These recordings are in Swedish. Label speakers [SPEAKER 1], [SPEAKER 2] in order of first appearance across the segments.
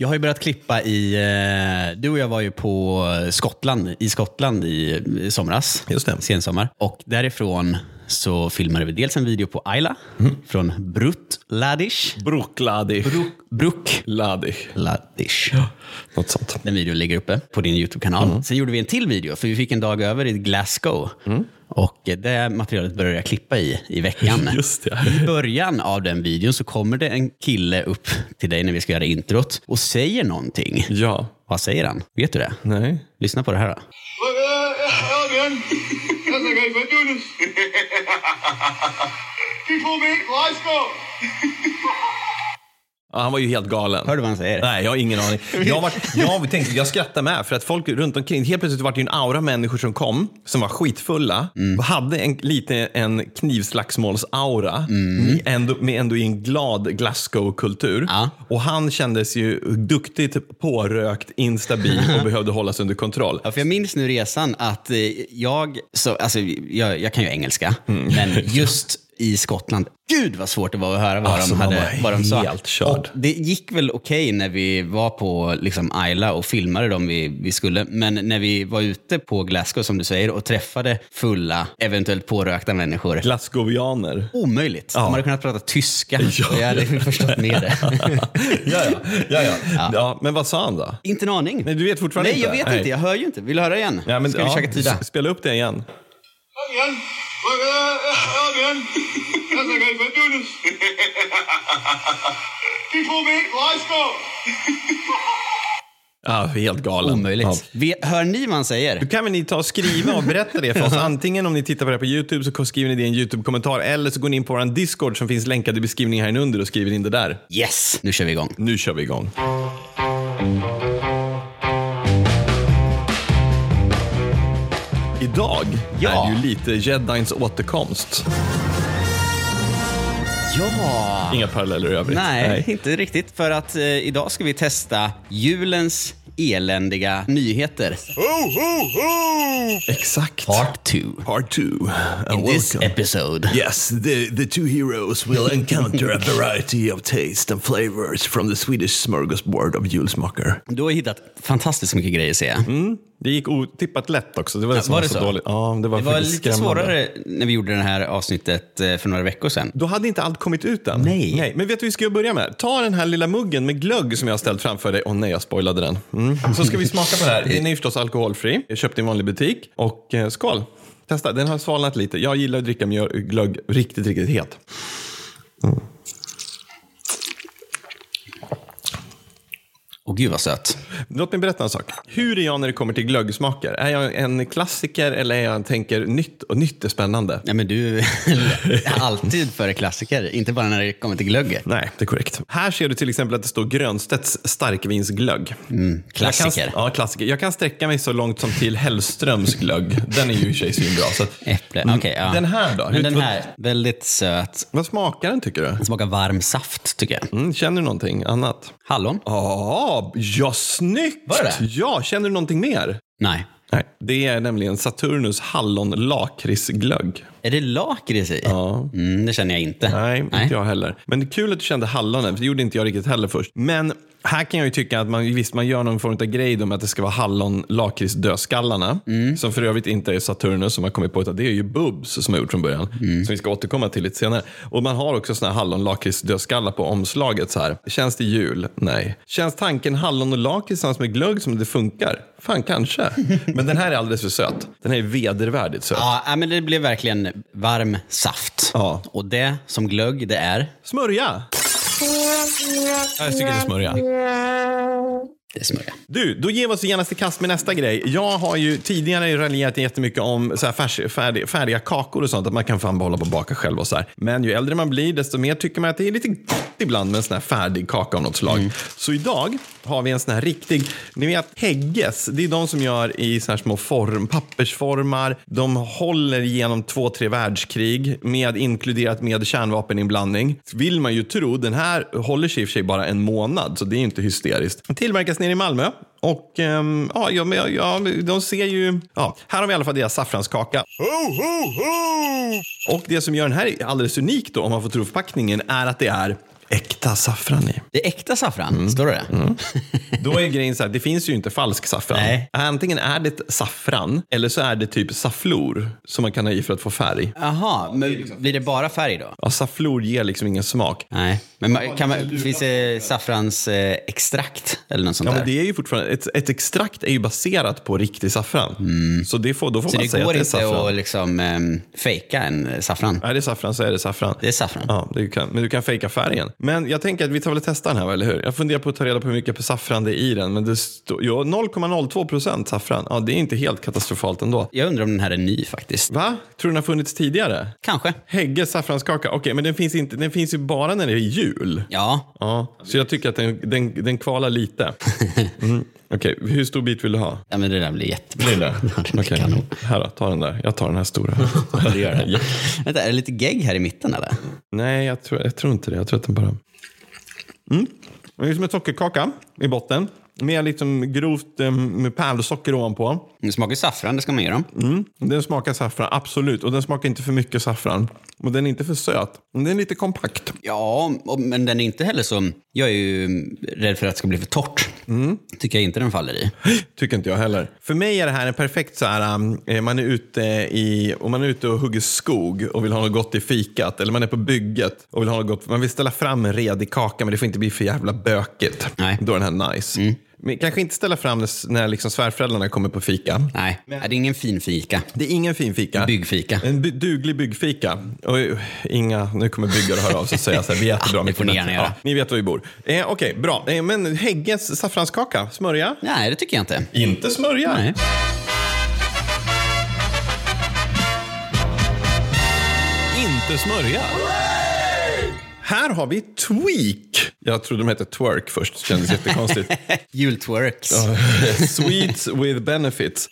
[SPEAKER 1] Jag har ju börjat klippa i, eh, du och jag var ju på Skottland, i Skottland i i somras,
[SPEAKER 2] Just det.
[SPEAKER 1] sensommar. Och därifrån så filmade vi dels en video på Ayla
[SPEAKER 2] Mm.
[SPEAKER 1] från Brut Ladish.
[SPEAKER 2] Brukladi.
[SPEAKER 1] Bruk
[SPEAKER 2] Ladi.
[SPEAKER 1] Ladish.
[SPEAKER 2] Något sånt.
[SPEAKER 1] Den videon ligger uppe på din YouTube-kanal.
[SPEAKER 2] Mm.
[SPEAKER 1] Sen gjorde vi en till video, för vi fick en dag över i Glasgow.
[SPEAKER 2] Mm.
[SPEAKER 1] Och eh, det materialet började jag klippa i i veckan.
[SPEAKER 2] Just det.
[SPEAKER 1] I början av den videon så kommer det en kille upp till dig när vi ska göra introt och säger någonting.
[SPEAKER 2] Ja.
[SPEAKER 1] Vad säger han? Vet du det?
[SPEAKER 2] Nej.
[SPEAKER 1] Lyssna på det här då.
[SPEAKER 3] Well, uh, hell, man. How's that guy been doing this? People make lives go.
[SPEAKER 2] Ja, han var ju helt galen.
[SPEAKER 1] Hör du vad han säger?
[SPEAKER 2] Nej, jag har ingen aning. Jag, var, jag, tänkte, jag skrattar med, för att folk runt omkring, helt plötsligt var det ju en aura människor som kom, som var skitfulla,
[SPEAKER 1] Mm.
[SPEAKER 2] och hade en, lite en knivslagsmålsaura,
[SPEAKER 1] Mm.
[SPEAKER 2] med, ändå, med ändå i en glad Glasgow-kultur.
[SPEAKER 1] Ja.
[SPEAKER 2] Och han kändes ju duktigt pårökt, instabil och behövde hållas under kontroll.
[SPEAKER 1] Ja, för jag minns nu resan att eh, jag, så, alltså, jag, jag kan ju engelska,
[SPEAKER 2] Mm.
[SPEAKER 1] men just i Skottland, gud vad svårt det var att höra vad,
[SPEAKER 2] Alltså,
[SPEAKER 1] de,
[SPEAKER 2] man
[SPEAKER 1] hade,
[SPEAKER 2] var
[SPEAKER 1] vad de sa.
[SPEAKER 2] helt körd.
[SPEAKER 1] Och det gick väl okej när vi var på liksom, Isla och filmade dem vi, vi skulle, men när vi var ute på Glasgow som du säger och träffade fulla, eventuellt pårökta människor,
[SPEAKER 2] Glasgowianer.
[SPEAKER 1] omöjligt. De hade kunnat prata tyska och jag hade förstått mer det.
[SPEAKER 2] Ja, ja, ja, ja. ja. men vad sa han då?
[SPEAKER 1] inte en aning.
[SPEAKER 2] Nej, du vet fortfarande
[SPEAKER 1] Nej, jag
[SPEAKER 2] inte?
[SPEAKER 1] vet
[SPEAKER 2] Nej.
[SPEAKER 1] inte. Jag hör ju inte. Vill du höra igen?
[SPEAKER 2] Ja, men,
[SPEAKER 1] Ska vi
[SPEAKER 2] ja,
[SPEAKER 1] försöka tyda?
[SPEAKER 2] s- Spela upp det igen.
[SPEAKER 3] Hell, man. Well, uh, hell, man. How's that guy been doing this? People make lives go.
[SPEAKER 2] Ja, helt galen.
[SPEAKER 1] Omöjligt.
[SPEAKER 2] Ja.
[SPEAKER 1] Vi, hör ni vad han
[SPEAKER 2] Då
[SPEAKER 1] säger?
[SPEAKER 2] kan väl ni ta och skriva och berätta det för oss. Antingen om ni tittar på det här på YouTube så skriver ni det i en YouTube-kommentar eller så går ni in på vår Discord som finns länkad i beskrivningen här under och skriver in det där.
[SPEAKER 1] Yes! Nu kör vi igång.
[SPEAKER 2] Nu kör vi igång. Idag
[SPEAKER 1] Ja.
[SPEAKER 2] är det ju lite Jedins återkomst.
[SPEAKER 1] Ja!
[SPEAKER 2] Inga paralleller i övrigt.
[SPEAKER 1] Nej, inte riktigt. För att eh, idag ska vi testa julens eländiga nyheter.
[SPEAKER 2] Exakt.
[SPEAKER 1] Part 2.
[SPEAKER 2] Part two. And
[SPEAKER 1] In this episode.
[SPEAKER 2] Yes, the, the two heroes will encounter a variety of tastes and flavors from the Swedish smorgasbord of julsmaker.
[SPEAKER 1] Du har hittat fantastiskt mycket grejer ser jag.
[SPEAKER 2] Det gick otippat lätt också. Det var, det som
[SPEAKER 1] var det
[SPEAKER 2] var så,
[SPEAKER 1] så?
[SPEAKER 2] dåligt. Ja, det var,
[SPEAKER 1] Det var
[SPEAKER 2] faktiskt
[SPEAKER 1] lite
[SPEAKER 2] skrämmande.
[SPEAKER 1] svårare när vi gjorde det här avsnittet eh, för några veckor sedan.
[SPEAKER 2] Då hade inte allt kommit ut än.
[SPEAKER 1] Nej.
[SPEAKER 2] Men vet du vad vi ska börja med? Ta den här lilla muggen med glögg som jag har ställt framför dig. Åh nej, jag spoilade den. Mm. Så ska vi smaka på det här. Den är ju förstås alkoholfri. Jag köpte i en vanlig butik. Och eh, skål! Testa, den har svalnat lite. Jag gillar att dricka mjöl, glögg riktigt, riktigt het.
[SPEAKER 1] Och gud vad söt.
[SPEAKER 2] Låt mig berätta en sak. Hur är jag när det kommer till glöggsmaker? Är jag en klassiker eller är jag en tänker nytt och nytt är spännande?
[SPEAKER 1] Nej, men du är alltid före klassiker. Inte bara när det kommer till glögget.
[SPEAKER 2] Nej, det är korrekt. Här ser du till exempel att det står Grönstedts starkvinsglögg.
[SPEAKER 1] Mm, Klassiker.
[SPEAKER 2] Jag kan, ja, klassiker. Jag kan sträcka mig så långt som till Hellströms glögg. Den är ju i och för sig svinbra. Så att,
[SPEAKER 1] Äpple.
[SPEAKER 2] Mm.
[SPEAKER 1] Okej, ja.
[SPEAKER 2] Den här då?
[SPEAKER 1] Men
[SPEAKER 2] Hur-
[SPEAKER 1] den här, väldigt söt.
[SPEAKER 2] Vad smakar den tycker du?
[SPEAKER 1] Den smakar varm saft tycker jag.
[SPEAKER 2] Mm, känner du någonting annat?
[SPEAKER 1] Hallon?
[SPEAKER 2] Ja, ja, snyggt!
[SPEAKER 1] Var det det?
[SPEAKER 2] Ja, känner du någonting mer?
[SPEAKER 1] Nej.
[SPEAKER 2] Nej, det är nämligen Saturnus hallon-lakritsglögg.
[SPEAKER 1] Är det lakrits i? Ja. Mm, det känner jag inte.
[SPEAKER 2] Nej, inte jag heller. Men det är kul att du kände hallonen, för det gjorde inte jag riktigt heller först. Men här kan jag ju tycka att man, visst, man gör någon form av grej då med att det ska vara hallon lakrits dödskallarna. Som för övrigt inte är Saturnus som har kommit på, utan det är ju Bubs som har gjort från början. Som vi ska återkomma till lite senare. Och man har också såna här hallon lakrits dödskallar på omslaget så här. Känns det jul? Nej. Känns tanken hallon och lakrits tillsammans med glögg som det funkar? Fan, kanske. Men den här är alldeles för söt. Den här är vedervärdigt söt.
[SPEAKER 1] Ja, nej, men det blev verkligen varm saft.
[SPEAKER 2] Ja.
[SPEAKER 1] Och det som glögg det är,
[SPEAKER 2] Smörja! Ja, Jag tycker det är smörja.
[SPEAKER 1] det är smörja.
[SPEAKER 2] Du, då ger vi oss genast i kast med nästa grej. Jag har ju tidigare raljerat jättemycket om så här färs, färdig, färdiga kakor och sånt, att man kan fan bara hålla på och baka själv och så här. Men ju äldre man blir, desto mer tycker man att det är lite gott ibland med en sån här färdig kaka av något slag. Så idag har vi en sån här riktig, ni vet Hägges, det är de som gör i så här små form, pappersformar. De håller genom två, tre världskrig med inkluderat med kärnvapeninblandning. Vill man ju tro, den här håller sig i och för sig bara en månad, så det är ju inte hysteriskt. Tillverkas nere i Malmö. Och ehm, ja, ja, men, ja, de ser ju... Ja, här har vi i alla fall deras saffranskaka. Och det som gör den här alldeles unik då, om man får tro förpackningen, är att det är äkta saffran i.
[SPEAKER 1] Det är äkta saffran,
[SPEAKER 2] Mm.
[SPEAKER 1] står det det?
[SPEAKER 2] Då är grejen så här, det finns ju inte falsk saffran.
[SPEAKER 1] Nej.
[SPEAKER 2] Antingen är det saffran eller så är det typ safflor som man kan ha i för att få färg.
[SPEAKER 1] Jaha, men blir det bara färg då?
[SPEAKER 2] Ja, safflor ger liksom ingen smak.
[SPEAKER 1] Nej, men man, kan man, finns det saffrans eh, extrakt eller något sånt
[SPEAKER 2] Ja,
[SPEAKER 1] där?
[SPEAKER 2] men det är ju fortfarande, ett, ett extrakt är ju baserat på riktig saffran. Så det får, då får
[SPEAKER 1] Mm. så
[SPEAKER 2] man
[SPEAKER 1] det
[SPEAKER 2] säga att
[SPEAKER 1] går
[SPEAKER 2] det är
[SPEAKER 1] inte
[SPEAKER 2] saffran.
[SPEAKER 1] att liksom, ehm, fejka en eh, saffran?
[SPEAKER 2] Är det saffran så är det saffran.
[SPEAKER 1] Det är saffran.
[SPEAKER 2] Ja, du kan, men du kan fejka färgen. Men jag tänker att vi tar väl och testar den här, va, eller hur? Jag funderar på att ta reda på hur mycket saffran det är i den. Men det står, ja, 0,02 procent saffran. Ja, det är inte helt katastrofalt ändå.
[SPEAKER 1] Jag undrar om den här är ny faktiskt.
[SPEAKER 2] Va? Tror du den har funnits tidigare?
[SPEAKER 1] Kanske.
[SPEAKER 2] Hägge saffranskaka. Okej, men den finns, inte, den finns ju bara när det är jul.
[SPEAKER 1] Ja,
[SPEAKER 2] Ja, så jag tycker att den, den, den kvalar lite. Mm. Okej, hur stor bit vill du ha?
[SPEAKER 1] ja men det där blir jättebra.
[SPEAKER 2] Lilla?
[SPEAKER 1] Ja, det blir
[SPEAKER 2] Okej,
[SPEAKER 1] kanon.
[SPEAKER 2] här då. Ta den där. Jag tar den här stora.
[SPEAKER 1] Det gör det. Vänta, är det lite gegg här i mitten eller?
[SPEAKER 2] Nej, jag tror, jag tror inte det. Jag tror att den bara... Mm. Det är som en sockerkaka i botten. Med liksom grovt eh, med pärlsocker ovanpå.
[SPEAKER 1] Det smakar ju saffran, det ska man ge dem.
[SPEAKER 2] Mm. Den smakar saffran, absolut. Och den smakar inte för mycket saffran. Och den är inte för söt. Men den är lite kompakt.
[SPEAKER 1] Ja, och- men den är inte heller så... Jag är ju mm, rädd för att det ska bli för torrt. Tycker jag inte den faller i.
[SPEAKER 2] Tycker inte jag heller. För mig är det här en perfekt så här, um, eh, man är ute i, om man är ute och hugger skog och vill ha något gott i fikat. Eller man är på bygget och vill ha något gott. Man vill ställa fram en redig kaka men det får inte bli för jävla bökigt.
[SPEAKER 1] Nej. Mm.
[SPEAKER 2] Då är den här nice. Men kanske inte ställa fram när, när liksom svärföräldrarna kommer på fika.
[SPEAKER 1] Nej, det är ingen fin fika.
[SPEAKER 2] Det är ingen fin fika.
[SPEAKER 1] Byggfika.
[SPEAKER 2] En by- duglig byggfika. Och, eh, inga, nu kommer byggare höra av sig och säga så här, vi äter bra
[SPEAKER 1] det får ni gärna
[SPEAKER 2] bättre."
[SPEAKER 1] göra.
[SPEAKER 2] Ja, ni vet var vi bor. Eh, Okej, bra. Eh, men Häggens saffranskaka, smörja?
[SPEAKER 1] Nej, det tycker jag inte.
[SPEAKER 2] Inte smörja.
[SPEAKER 1] Nej.
[SPEAKER 2] Inte smörja. Här har vi tweak. Jag trodde de hette twerk först, det kändes jättekonstigt.
[SPEAKER 1] Jultwerks.
[SPEAKER 2] Sweets with benefits.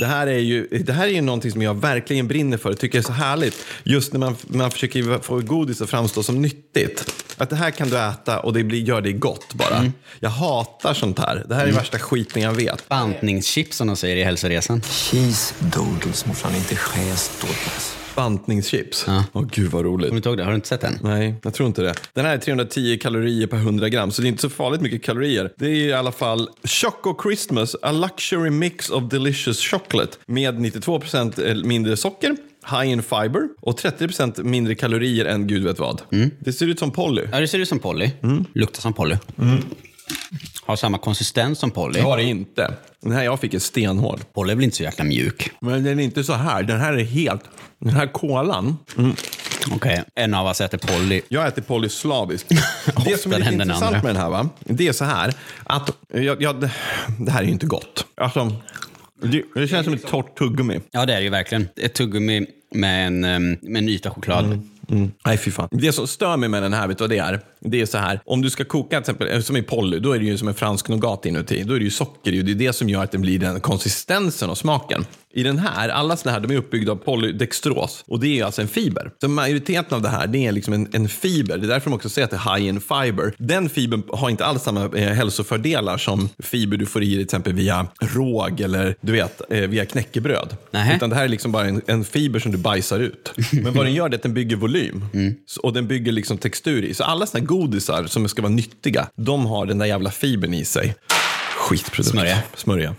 [SPEAKER 2] Det här är ju, det här är ju någonting som jag verkligen brinner för och tycker är så härligt. Just när man, man försöker få godis att framstå som nyttigt. Att det här kan du äta och det blir, gör dig gott bara. Jag hatar sånt här. Det här är värsta skiten jag vet.
[SPEAKER 1] Bantningschips som de säger i hälsoresan.
[SPEAKER 4] Cheese doodles må fan inte skäras doodles.
[SPEAKER 2] Bantningschips. Åh gud vad roligt.
[SPEAKER 1] Kommer du inte ihåg det? Har du inte sett den?
[SPEAKER 2] Nej, jag tror inte det. Den här är 310 kalorier per 100 gram, så det är inte så farligt mycket kalorier. Det är i alla fall Choco Christmas, a luxury mix of delicious chocolate med 92% mindre socker, high in fiber och 30% mindre kalorier än gud vet vad. Det ser ut som Polly.
[SPEAKER 1] Ja, det ser ut som Polly. Luktar som Polly. Har samma konsistens som Polly.
[SPEAKER 2] Det var det inte. Den här jag fick är stenhård.
[SPEAKER 1] Polly är väl inte så jäkla mjuk.
[SPEAKER 2] Men den är inte så här. Den här är helt... Mm. Den här kolan.
[SPEAKER 1] Okej, en av oss äter Polly.
[SPEAKER 2] Jag äter Polly slaviskt. det som är
[SPEAKER 1] Oftare
[SPEAKER 2] lite
[SPEAKER 1] än den
[SPEAKER 2] intressant
[SPEAKER 1] andra.
[SPEAKER 2] med den här, va? det är så här att... Ja, ja, det- det här är ju inte gott. Alltså, det, det känns som ett torrt tuggummi.
[SPEAKER 1] Ja, det är det ju verkligen. Ett tuggummi med en, ehm, med en yta choklad.
[SPEAKER 2] Mm. Nej, fy fan. Det som stör mig med den här, vet du vad det är? Det är så här, om du ska koka till exempel, eh, som i Polly, då är det ju som en fransk nougat inuti. Då är det ju socker i och det är det som gör att den blir den konsistensen och smaken. I den här, alla såna här, de är uppbyggda av polydextros och det är ju alltså en fiber. Så majoriteten av det här, det är liksom en, en fiber. Det är därför de också säger att det är high in fiber. Den fibern har inte alls samma eh, hälsofördelar som fiber du får i dig till exempel via råg eller du vet, eh, via knäckebröd.
[SPEAKER 1] Nähä.
[SPEAKER 2] Utan det här är liksom bara en, en fiber som du bajsar ut. Men vad den gör det är att den bygger volym. Så- Och den bygger liksom textur i. Så alla såna här godisar som ska vara nyttiga, de har den där jävla fibern i sig. Skitprodukt.
[SPEAKER 1] Smörja.
[SPEAKER 2] Smörja.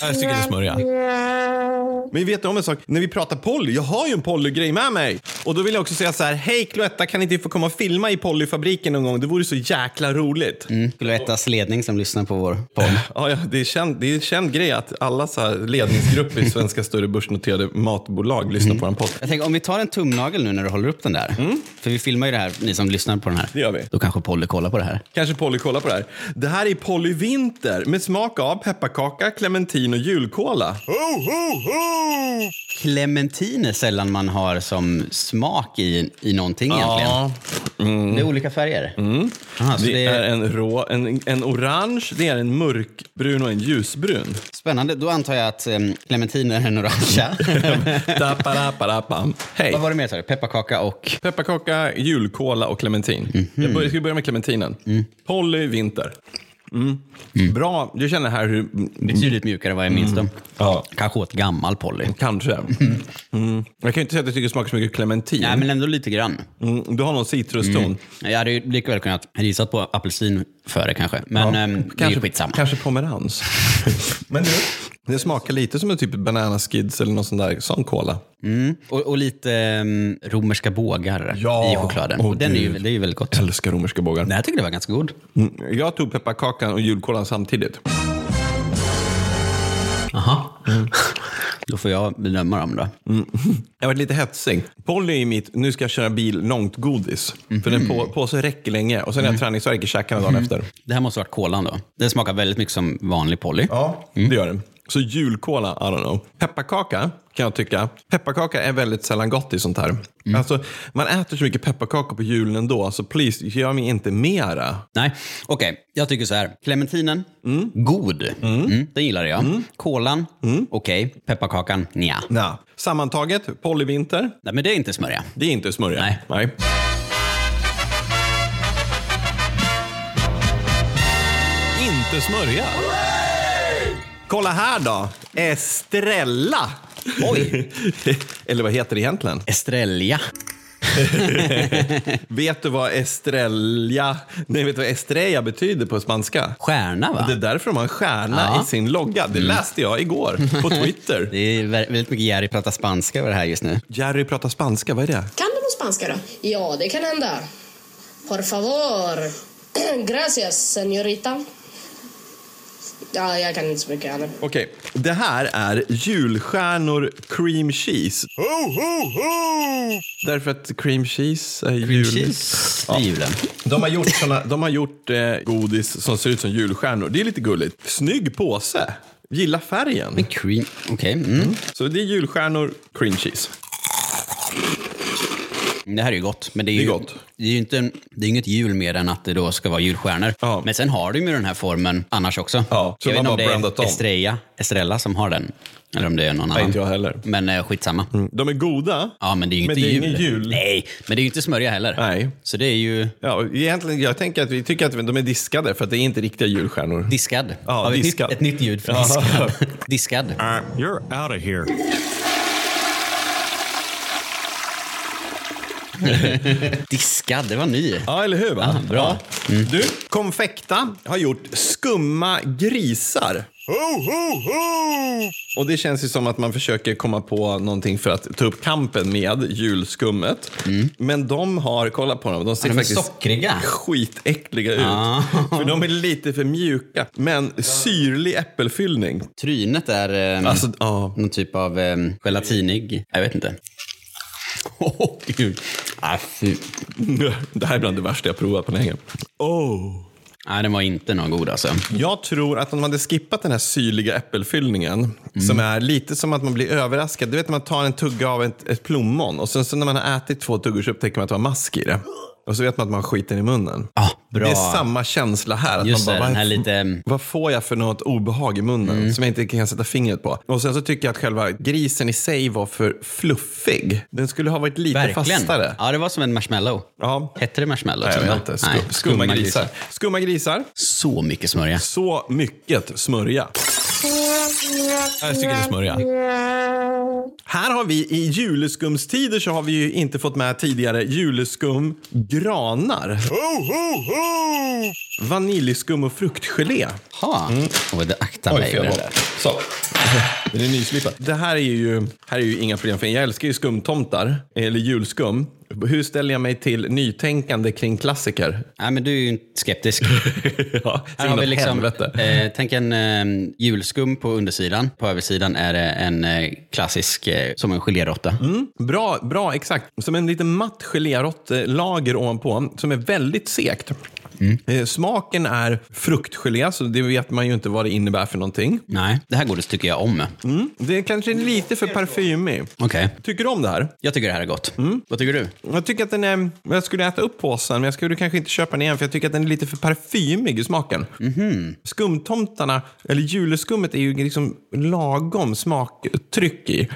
[SPEAKER 2] Jag tycker det är smörja. Men vet du om en sak? När vi pratar Polly, jag har ju en Polly-grej med mig. Och då vill jag också säga så här, hej Cloetta, kan inte vi få komma och filma i Polly-fabriken någon gång? Det vore så jäkla roligt.
[SPEAKER 1] Mm. Skulle ätas ledning som lyssnar på vår podd.
[SPEAKER 2] Ja, ja, det, är känd, det är en känd grej att alla så här ledningsgrupper i svenska större börsnoterade matbolag lyssnar på en podd.
[SPEAKER 1] Jag tänker om vi tar en tumnagel nu när du håller upp den där. För vi filmar ju det här, ni som lyssnar på den här.
[SPEAKER 2] Mm. Det gör vi.
[SPEAKER 1] Då kanske Polly kollar på det här.
[SPEAKER 2] Kanske Polly kollar på det här. Det här är Polly Vinter med smak av pepparkaka, clementin och julkola.
[SPEAKER 1] Clementin är sällan man har som smak i, i någonting egentligen. Det är olika färger. Aha, så
[SPEAKER 2] Det
[SPEAKER 1] det
[SPEAKER 2] Mm. är
[SPEAKER 1] är
[SPEAKER 2] en, rå, en, en orange, det är en mörkbrun och en ljusbrun.
[SPEAKER 1] spännande. Då antar jag att em, clementin är den orangea.
[SPEAKER 2] Daparapparapam. Hej!
[SPEAKER 1] Vad var det mer sa du? Pepparkaka och... Mhm. Mm.
[SPEAKER 2] Pepparkaka, julkola och clementin. Jag börjar, ska vi börja med clementinen? Polly Vinter. Bra, du känner här hur...
[SPEAKER 1] Betydligt mjukare vad jag minns dem.
[SPEAKER 2] Mm. Ja.
[SPEAKER 1] Kanske åt gammal Polly.
[SPEAKER 2] Kanske. Mm. Jag kan ju inte säga att jag tycker det smakar så mycket clementin.
[SPEAKER 1] Nej, men ändå lite grann.
[SPEAKER 2] Mm, du har någon citruston.
[SPEAKER 1] Jag hade ju lika väl kunnat gissat på apelsin före kanske. Men
[SPEAKER 2] Ja,
[SPEAKER 1] ehm, det är ju skitsamma.
[SPEAKER 2] Kanske pomerans. Men du? Det smakar lite som en typ banana skids eller någon sån där sån cola.
[SPEAKER 1] Och, och lite ehm, romerska bågar
[SPEAKER 2] Ja,
[SPEAKER 1] i chokladen.
[SPEAKER 2] åh
[SPEAKER 1] och den är ju,
[SPEAKER 2] gud.
[SPEAKER 1] det är ju väldigt gott.
[SPEAKER 2] Älskar romerska bågar.
[SPEAKER 1] Den här tyckte jag var ganska god.
[SPEAKER 2] Mm, Jag tog pepparkakan och julkolan samtidigt.
[SPEAKER 1] Aha. Då får jag bedöma dem då.
[SPEAKER 2] Jag har varit lite hetsig. Polly är mitt, nu ska jag köra bil långt godis.
[SPEAKER 1] Mhm.
[SPEAKER 2] För den på, på sig räcker länge och sen
[SPEAKER 1] Mm.
[SPEAKER 2] har jag träningsvärk i käkarna dagen efter.
[SPEAKER 1] Det här måste ha varit kolan då. Den smakar väldigt mycket som vanlig Polly.
[SPEAKER 2] Ja, Mm. det gör den. Så julkola, I don't know. Pepparkaka kan jag tycka. Pepparkaka är väldigt sällan gott i sånt här.
[SPEAKER 1] Mm.
[SPEAKER 2] Alltså, man äter så mycket pepparkakor på julen ändå, så please, gör mig inte mera.
[SPEAKER 1] Nej, okej. Jag tycker så här. Clementinen, god. Mm, den gillar jag. Kolan,
[SPEAKER 2] Mm.
[SPEAKER 1] okej. Pepparkakan, nja.
[SPEAKER 2] Nah. Sammantaget, polyvinter,
[SPEAKER 1] Nej, men det är inte smörja.
[SPEAKER 2] det är inte smörja.
[SPEAKER 1] Nej.
[SPEAKER 2] Inte smörja. Kolla här då! Estrella!
[SPEAKER 1] Oj!
[SPEAKER 2] Eller vad heter det egentligen?
[SPEAKER 1] Estrella.
[SPEAKER 2] Vet du vad Estrella... Nej, vet du vad Estrella betyder på spanska?
[SPEAKER 1] Stjärna, va?
[SPEAKER 2] Det är därför de har en stjärna
[SPEAKER 1] Ja. Mm.
[SPEAKER 2] i sin logga. Det läste jag igår på Twitter.
[SPEAKER 1] Det är vä- väldigt mycket Jerry pratar spanska över det här just nu.
[SPEAKER 2] Jerry pratar spanska, vad är det?
[SPEAKER 5] Kan du någon spanska då? Ja, det kan hända. Por favor. Gracias, señorita. Ja, jag kan inte så mycket annat.
[SPEAKER 2] Okej, det här är julstjärnor cream cheese. Ho, ho, ho! Därför att cream cheese är jul...
[SPEAKER 1] Cheese. Det är julen.
[SPEAKER 2] De har gjort, såna, de har gjort eh, godis som ser ut som julstjärnor. Det är lite gulligt. Snygg påse. Gilla färgen.
[SPEAKER 1] Cream. Okej. Mm.
[SPEAKER 2] Så det är julstjärnor cream cheese.
[SPEAKER 1] Det här är ju gott. Men det är,
[SPEAKER 2] Det är
[SPEAKER 1] ju,
[SPEAKER 2] gott.
[SPEAKER 1] Det är ju inte, en- det är inget jul mer än att det då ska vara julstjärnor.
[SPEAKER 2] Ja.
[SPEAKER 1] Men sen har de ju den här formen annars också.
[SPEAKER 2] Ja, så
[SPEAKER 1] jag vet
[SPEAKER 2] man
[SPEAKER 1] inte
[SPEAKER 2] bara
[SPEAKER 1] om det
[SPEAKER 2] brandat om.
[SPEAKER 1] är Estrella, Estrella som har den. Eller om det är någon annan.
[SPEAKER 2] inte jag heller.
[SPEAKER 1] Men eh, skitsamma.
[SPEAKER 2] De är goda.
[SPEAKER 1] Ja, men det är ju
[SPEAKER 2] Men
[SPEAKER 1] inte
[SPEAKER 2] det är
[SPEAKER 1] jul.
[SPEAKER 2] ingen jul.
[SPEAKER 1] Nej, men det är ju inte smörja heller.
[SPEAKER 2] Nej.
[SPEAKER 1] Så det är ju
[SPEAKER 2] Ja, egentligen, jag tänker att vi tycker att de är diskade för att det är inte riktiga julstjärnor.
[SPEAKER 1] diskad.
[SPEAKER 2] Ja,
[SPEAKER 1] Har vi ett
[SPEAKER 2] diskad.
[SPEAKER 1] nytt- Ett nytt ljud för
[SPEAKER 2] Ja.
[SPEAKER 1] diskad. diskad.
[SPEAKER 6] You're out of here.
[SPEAKER 1] Diskad, det var ny.
[SPEAKER 2] Ja, eller hur? Va?
[SPEAKER 1] bra. Mm.
[SPEAKER 2] Ja. Du, Confecta har gjort skumma grisar. Och det känns ju som att man försöker komma på någonting för att ta upp kampen med julskummet. Men de har, kolla på dem, de ser
[SPEAKER 1] Mm. De är
[SPEAKER 2] faktiskt
[SPEAKER 1] sockriga.
[SPEAKER 2] skitäckliga ut.
[SPEAKER 1] Ah.
[SPEAKER 2] För de är lite för mjuka. Men syrlig äppelfyllning.
[SPEAKER 1] Mm. Trynet är ehm,
[SPEAKER 2] Alltså, ja.
[SPEAKER 1] någon typ av ehm, gelatinig. Jag vet inte. Åh, gud. Ah, fy.
[SPEAKER 2] Det här är bland det värsta jag provat på länge. Oh.
[SPEAKER 1] Nej, den var inte någon god alltså.
[SPEAKER 2] Jag tror att om man hade skippat den här syrliga äppelfyllningen som är lite som att man blir överraskad. Du vet när man tar en tugga av ett, ett plommon och sen så när man har ätit två tuggor så upptäcker man att det var mask i det. Och så vet man att man har skiten i munnen.
[SPEAKER 1] Ah, bra.
[SPEAKER 2] Det är samma känsla här. Mm. Att
[SPEAKER 1] Just
[SPEAKER 2] man
[SPEAKER 1] det,
[SPEAKER 2] bara,
[SPEAKER 1] den här
[SPEAKER 2] "Vad-
[SPEAKER 1] lite, mm."
[SPEAKER 2] Vad får jag för något obehag i munnen som jag inte kan sätta fingret på? Och sen så tycker jag att själva grisen i sig var för fluffig. Den skulle ha varit lite
[SPEAKER 1] Verkligen.
[SPEAKER 2] fastare.
[SPEAKER 1] Ja, det var som en marshmallow.
[SPEAKER 2] Ja.
[SPEAKER 1] Hette det marshmallow?
[SPEAKER 2] Ah. Nej, jag
[SPEAKER 1] till och
[SPEAKER 2] vet
[SPEAKER 1] med?
[SPEAKER 2] inte. Skum,
[SPEAKER 1] Nej,
[SPEAKER 2] skumma grisar. Skumma grisar.
[SPEAKER 1] Så mycket smörja.
[SPEAKER 2] Så mycket smörja. Här är stycket smörja. Här har vi i juleskumstider så har vi ju inte fått med tidigare juleskum, granar. Vaniljskum och fruktgelé.
[SPEAKER 1] Ha. Mm. Och det akta mig för det där.
[SPEAKER 2] Så. Den är nyslipat. Det här är ju, här är ju inga problem för mig. Jag älskar ju skumtomtar, eller julskum. Hur ställer jag mig till nytänkande kring klassiker?
[SPEAKER 1] Nej, men du är ju inte skeptisk.
[SPEAKER 2] ja, så
[SPEAKER 1] Här har vi
[SPEAKER 2] inåt
[SPEAKER 1] liksom,
[SPEAKER 2] helvete.
[SPEAKER 1] eh, tänk en eh, julskum på undersidan. På översidan är det en eh, klassisk, eh, som en geléråtta.
[SPEAKER 2] Mm. Bra, bra, exakt. Som en liten matt geléråttlager ovanpå som är väldigt sekt. Eh, Smaken är fruktgelé, så det vet man ju inte vad det innebär för någonting.
[SPEAKER 1] Nej, det här godiset tycker jag om.
[SPEAKER 2] Mm. Det är kanske lite för parfymig.
[SPEAKER 1] Okej,
[SPEAKER 2] Tycker du om det här?
[SPEAKER 1] jag tycker det här är gott.
[SPEAKER 2] Mm.
[SPEAKER 1] Vad tycker du?
[SPEAKER 2] Jag tycker att den är... Jag skulle äta upp påsen, men jag skulle kanske inte köpa den igen för jag tycker att den är lite för parfymig i smaken. Skumtomtarna, eller juleskummet, är ju liksom lagom smaktryck i.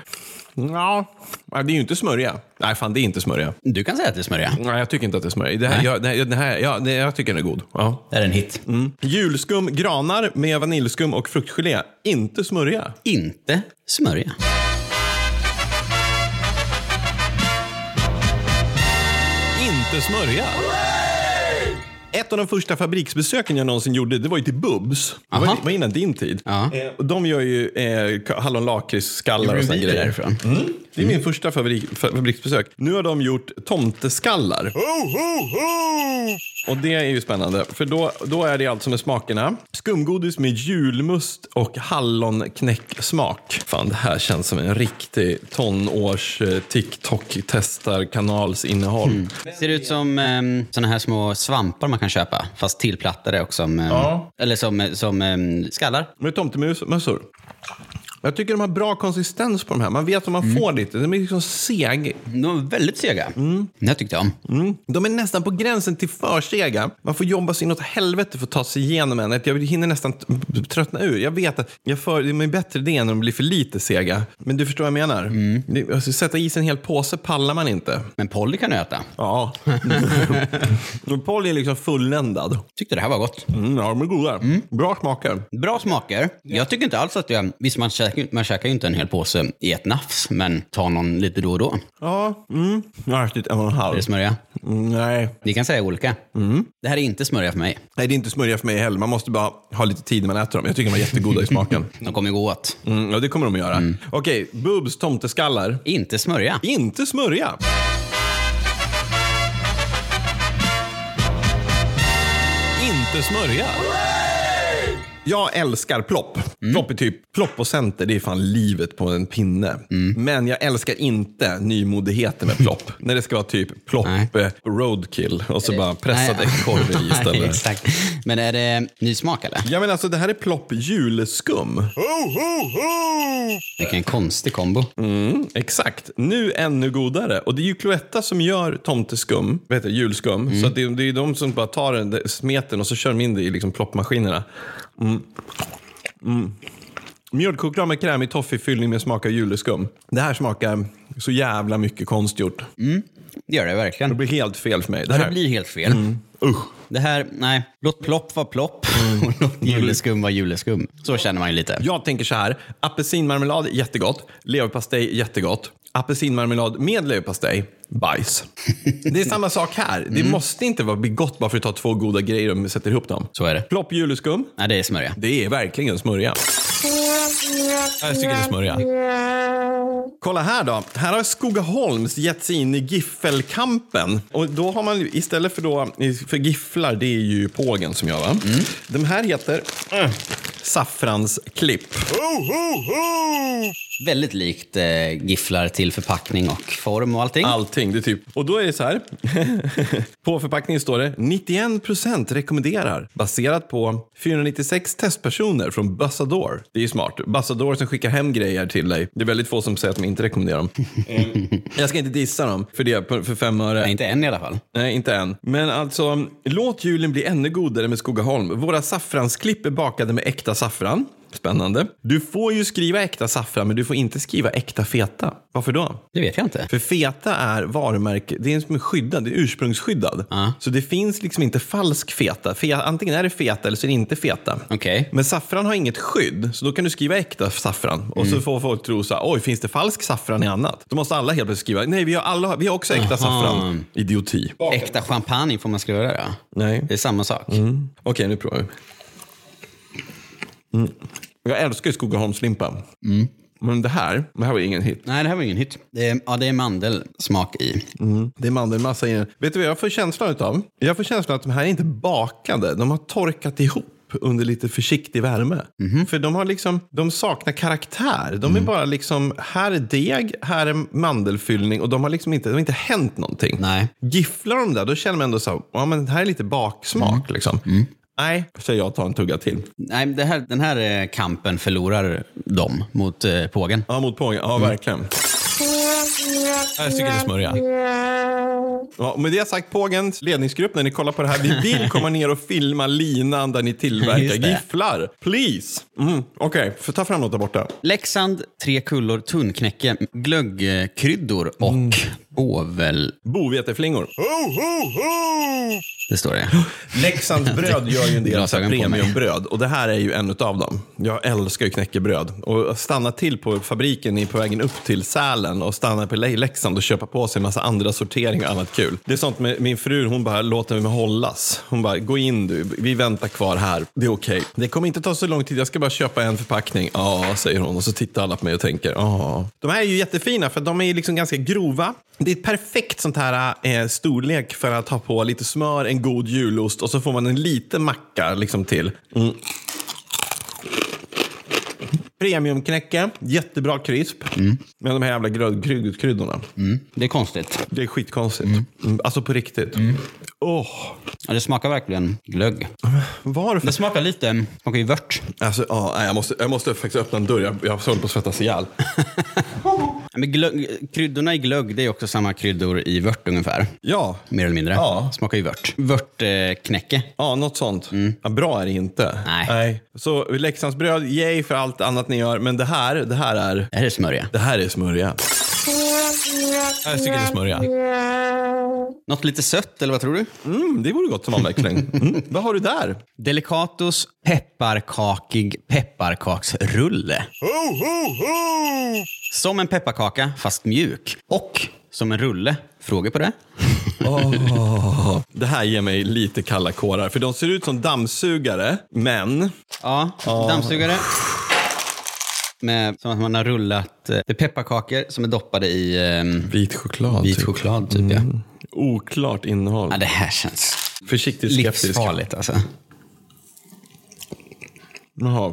[SPEAKER 2] Ja. Det är ju inte smörja. Nej, fan det är inte smörja.
[SPEAKER 1] Du kan säga att det är smörja.
[SPEAKER 2] Nej, jag tycker inte att det är smörja. Det här, jag, det här, det här, ja, det, jag tycker den är god. Ja.
[SPEAKER 1] Det är en hit.
[SPEAKER 2] Julskum, granar med vaniljskum och fruktgelé. Inte smörja.
[SPEAKER 1] Inte smörja.
[SPEAKER 2] Inte smörja. Ett av de första fabriksbesöken jag någonsin gjorde, det var ju till Bubs. Det var,
[SPEAKER 1] Aha.
[SPEAKER 2] det var innan din tid.
[SPEAKER 1] Ja.
[SPEAKER 2] Eh, och de gör ju eh, hallonlakritsskallar och
[SPEAKER 1] Gjorde
[SPEAKER 2] såna
[SPEAKER 1] de videor
[SPEAKER 2] grejer.
[SPEAKER 1] därifrån?
[SPEAKER 2] Mm. Det är min första fabrik, fa- fabriksbesök. Nu har de gjort tomteskallar. Och det är ju spännande, för då, då är det alltså med smakerna. Skumgodis med julmust och hallonknäcksmak. Fan, det här känns som en riktig tonårs eh, TikTok-testar-kanalsinnehåll.
[SPEAKER 1] Ser ut som um, såna här små svampar man kan köpa, fast tillplattade och som, ehm,
[SPEAKER 2] Ja.
[SPEAKER 1] eller som, eh, som ehm, skallar.
[SPEAKER 2] Med tomtemössor. Jag tycker de har bra konsistens på de här. Man vet vad man får lite. De är liksom seg.
[SPEAKER 1] De var väldigt sega. Det här tyckte jag om.
[SPEAKER 2] Mm. De är nästan på gränsen till för sega. Man får jobba sig inåt helvete för att ta sig igenom en. Jag hinner nästan t- tröttna ur. Jag vet att jag för, det är en bättre idé än om de blir för lite sega. Men du förstår vad jag menar. Det, alltså, sätta i sig en hel påse pallar man inte.
[SPEAKER 1] Men Polly kan du äta.
[SPEAKER 2] Ja. Och Polly är liksom fulländad.
[SPEAKER 1] Tyckte det här var gott.
[SPEAKER 2] Mm, ja, de är goda. Bra smaker.
[SPEAKER 1] Bra smaker. Jag tycker inte alls att jag... Visst, man käkar, man käkar ju inte en hel påse i ett nafs, men ta någon lite då och då.
[SPEAKER 2] Ja. Mm. Jag har ätit en och en halv.
[SPEAKER 1] Är det smörja?
[SPEAKER 2] Mm, Nej,
[SPEAKER 1] Vi kan säga olika. Det här är inte smörja för mig.
[SPEAKER 2] Nej, det är inte smörja för mig heller. Man måste bara ha lite tid när man äter dem. Jag tycker de är jättegoda i smaken.
[SPEAKER 1] De kommer gå åt.
[SPEAKER 2] Mm, ja, det kommer de att göra. Okej, Bubs tomteskallar.
[SPEAKER 1] Inte smörja.
[SPEAKER 2] Inte smörja. Inte smörja. Jag älskar plopp. Plopp är typ plopp och center, det är fan livet på en pinne. Men jag älskar inte nymodigheter med plopp. När det ska vara typ plopp
[SPEAKER 1] Nej.
[SPEAKER 2] eh, roadkill och så bara pressad
[SPEAKER 1] Nej.
[SPEAKER 2] ekorre i
[SPEAKER 1] Nej,
[SPEAKER 2] istället.
[SPEAKER 1] Exakt. Men är det ny smak eller?
[SPEAKER 2] Ja men alltså det här är plopp julskum.
[SPEAKER 1] Vilken konstig kombo.
[SPEAKER 2] Exakt. Nu ännu godare. Och det är ju Cloetta som gör tomteskum, vad heter det, julskum. Så att det, det är ju de som bara tar den, där smeten och så kör de in det i liksom ploppmaskinerna. Mm. Mm. Mjölkchoklad med krämig toffeefyllning med smak av juleskum. Det här smakar så jävla mycket konstgjort.
[SPEAKER 1] Det gör det verkligen.
[SPEAKER 2] Det blir helt fel för mig. Det
[SPEAKER 1] Det här
[SPEAKER 2] här,
[SPEAKER 1] blir helt fel.
[SPEAKER 2] Mm. usch. Mm.
[SPEAKER 1] Det här, nej. Låt plopp vara plopp och låt juleskum vara juleskum. Så känner man ju lite.
[SPEAKER 2] Jag tänker så här. Apelsinmarmelad, jättegott. Leverpastej, jättegott. Apelsinmarmelad med leverpastej, bajs. Det är samma sak här.
[SPEAKER 1] Mm.
[SPEAKER 2] Det måste inte vara bli gott bara för att ta två goda grejer och sätter ihop dem.
[SPEAKER 1] Så är det.
[SPEAKER 2] Plopp juleskum.
[SPEAKER 1] Nej, det är smörja.
[SPEAKER 2] Det är verkligen smörja. Jag tycker det är smörja. Kolla här då. Här har Skogaholms gett sig in i giffelkampen. Och då har man ju- istället för då, för gifflar, det är ju pågen som jag va?
[SPEAKER 1] Mm.
[SPEAKER 2] De här heter äh, saffransklipp.
[SPEAKER 1] Väldigt likt eh, gifflar till förpackning och form och allting.
[SPEAKER 2] Allting. Det är typ. Och då är det så här. på förpackningen står det 91% rekommenderar baserat på 496 testpersoner från Bassador. Det är ju smart. Bassador som skickar hem grejer till dig. Det är väldigt få som säger att de inte rekommenderar dem. Jag ska inte dissa dem för det på- för fem öre.
[SPEAKER 1] Nej, inte än i alla fall.
[SPEAKER 2] Nej, inte än. Men alltså, låt julen bli ännu godare med Skogaholm. Våra saffransklipp är bakade med äkta saffran. Spännande. Du får ju skriva äkta saffran, men du får inte skriva äkta feta. Varför då?
[SPEAKER 1] Det vet jag inte.
[SPEAKER 2] För feta är varumärke, det är som är skyddad, det är ursprungsskyddad. Så det finns liksom inte falsk feta. Fe, antingen är det feta eller så är det inte feta.
[SPEAKER 1] Okej.
[SPEAKER 2] Men saffran har inget skydd, så då kan du skriva äkta saffran. Och så får folk tro så här, oj, finns det falsk saffran i annat? Då måste alla helt plötsligt skriva, nej, vi har, alla, vi har också äkta saffran. Idioti.
[SPEAKER 1] Äkta champagne får man skriva där,
[SPEAKER 2] Mm.
[SPEAKER 1] ja.
[SPEAKER 2] Nej.
[SPEAKER 1] Det är samma sak.
[SPEAKER 2] Okej, nu provar vi. Mm. Jag älskar ju Skogaholmslimpa. Men det här, det här var ingen hit.
[SPEAKER 1] Nej, det här var ingen hit. Det är, ja, det är mandelsmak i.
[SPEAKER 2] Det är mandelmassa i den. Vet du vad jag får känslan utav? Jag får känslan att de här är inte bakade. De har torkat ihop under lite försiktig värme. För de har liksom, de saknar karaktär. De är bara liksom, här är deg, här är mandelfyllning och de har liksom inte, det har inte hänt någonting.
[SPEAKER 1] Nej.
[SPEAKER 2] Gifflar de där, då känner man ändå så här, ja men det här är lite baksmak liksom. Nej, säger jag och tar en tugga till.
[SPEAKER 1] Nej, det här, den här eh, kampen förlorar de mot eh, pågen.
[SPEAKER 2] Ja, mot pågen. Ja, verkligen. Jag tycker det är smörja. Ja, och med det sagt, Pågens ledningsgrupp, när ni kollar på det här, vi vill komma ner och filma linan där ni tillverkar
[SPEAKER 1] Just det.
[SPEAKER 2] gifflar. Please! Mm, Okej, för ta fram något där borta.
[SPEAKER 1] Leksand, tre kullor, tunnknäcke, glöggkryddor och bovel.
[SPEAKER 2] Boveteflingor.
[SPEAKER 1] Det står det.
[SPEAKER 2] Leksands bröd gör ju en del så här
[SPEAKER 1] Glasögon på mig.
[SPEAKER 2] premiumbröd och det här är ju en utav dem. Jag älskar ju knäckebröd och stanna till på fabriken ni är på vägen upp till Sälen och stanna på Le- Leksand och köpa på sig en massa andra sorteringar och annat kul. Det är sånt med min fru, hon bara låter mig hållas. Hon bara gå in du, vi väntar kvar här. Det är okej. Det kommer inte ta så lång tid, jag ska bara köpa en förpackning. Ja, säger hon och så tittar alla på mig och tänker ja. De här är ju jättefina för de är ju liksom ganska grova. Det är ett perfekt sånt här eh, storlek för att ha på lite smör, en god julost och så får man en liten macka liksom till. Mm. Premiumknäcke, jättebra krisp.
[SPEAKER 1] Mm.
[SPEAKER 2] Med de här jävla gröd- krydd- kryddorna.
[SPEAKER 1] Det är konstigt.
[SPEAKER 2] Det är skitkonstigt. Mm. Alltså på riktigt. Åh,
[SPEAKER 1] Ja, det smakar verkligen glögg.
[SPEAKER 2] varför?
[SPEAKER 1] Det smakar lite, smakar ju vört.
[SPEAKER 2] Alltså, ja, nej, jag, måste, jag måste faktiskt öppna en dörr. Jag, jag håller på att svettas ihjäl.
[SPEAKER 1] Men glögg, kryddorna i glögg, det är också samma kryddor i vört ungefär.
[SPEAKER 2] Ja,
[SPEAKER 1] Mer eller mindre.
[SPEAKER 2] Ja.
[SPEAKER 1] Smakar ju vört. Vörtknäcke.
[SPEAKER 2] Ja, något sånt. Ja, bra är det inte.
[SPEAKER 1] Mm. Nej.
[SPEAKER 2] Så Leksandsbröd, yay för allt annat ni gör. Men det här, det här är,
[SPEAKER 1] Det här är smörja.
[SPEAKER 2] det här är smörja. Det här är säkert smörja.
[SPEAKER 1] Något lite sött, eller vad tror du?
[SPEAKER 2] Mm, det vore gott som omväxling. Mm. Vad har du där?
[SPEAKER 1] Delicatus pepparkakig pepparkaksrulle. Som en pepparkaka, fast mjuk. Och som en rulle. Frågor på det?
[SPEAKER 2] Det här ger mig lite kalla kårar. För de ser ut som dammsugare, men...
[SPEAKER 1] Ja, dammsugare. Med, som att man har rullat... eh, Det är pepparkakor som är doppade i ehm,
[SPEAKER 2] Vit choklad. Äh,
[SPEAKER 1] vit choklad, typ. Ja.
[SPEAKER 2] Oklart innehåll.
[SPEAKER 1] ja, det här känns
[SPEAKER 2] Försiktigt skeptisk.
[SPEAKER 1] livsfarligt alltså.
[SPEAKER 2] Jaha.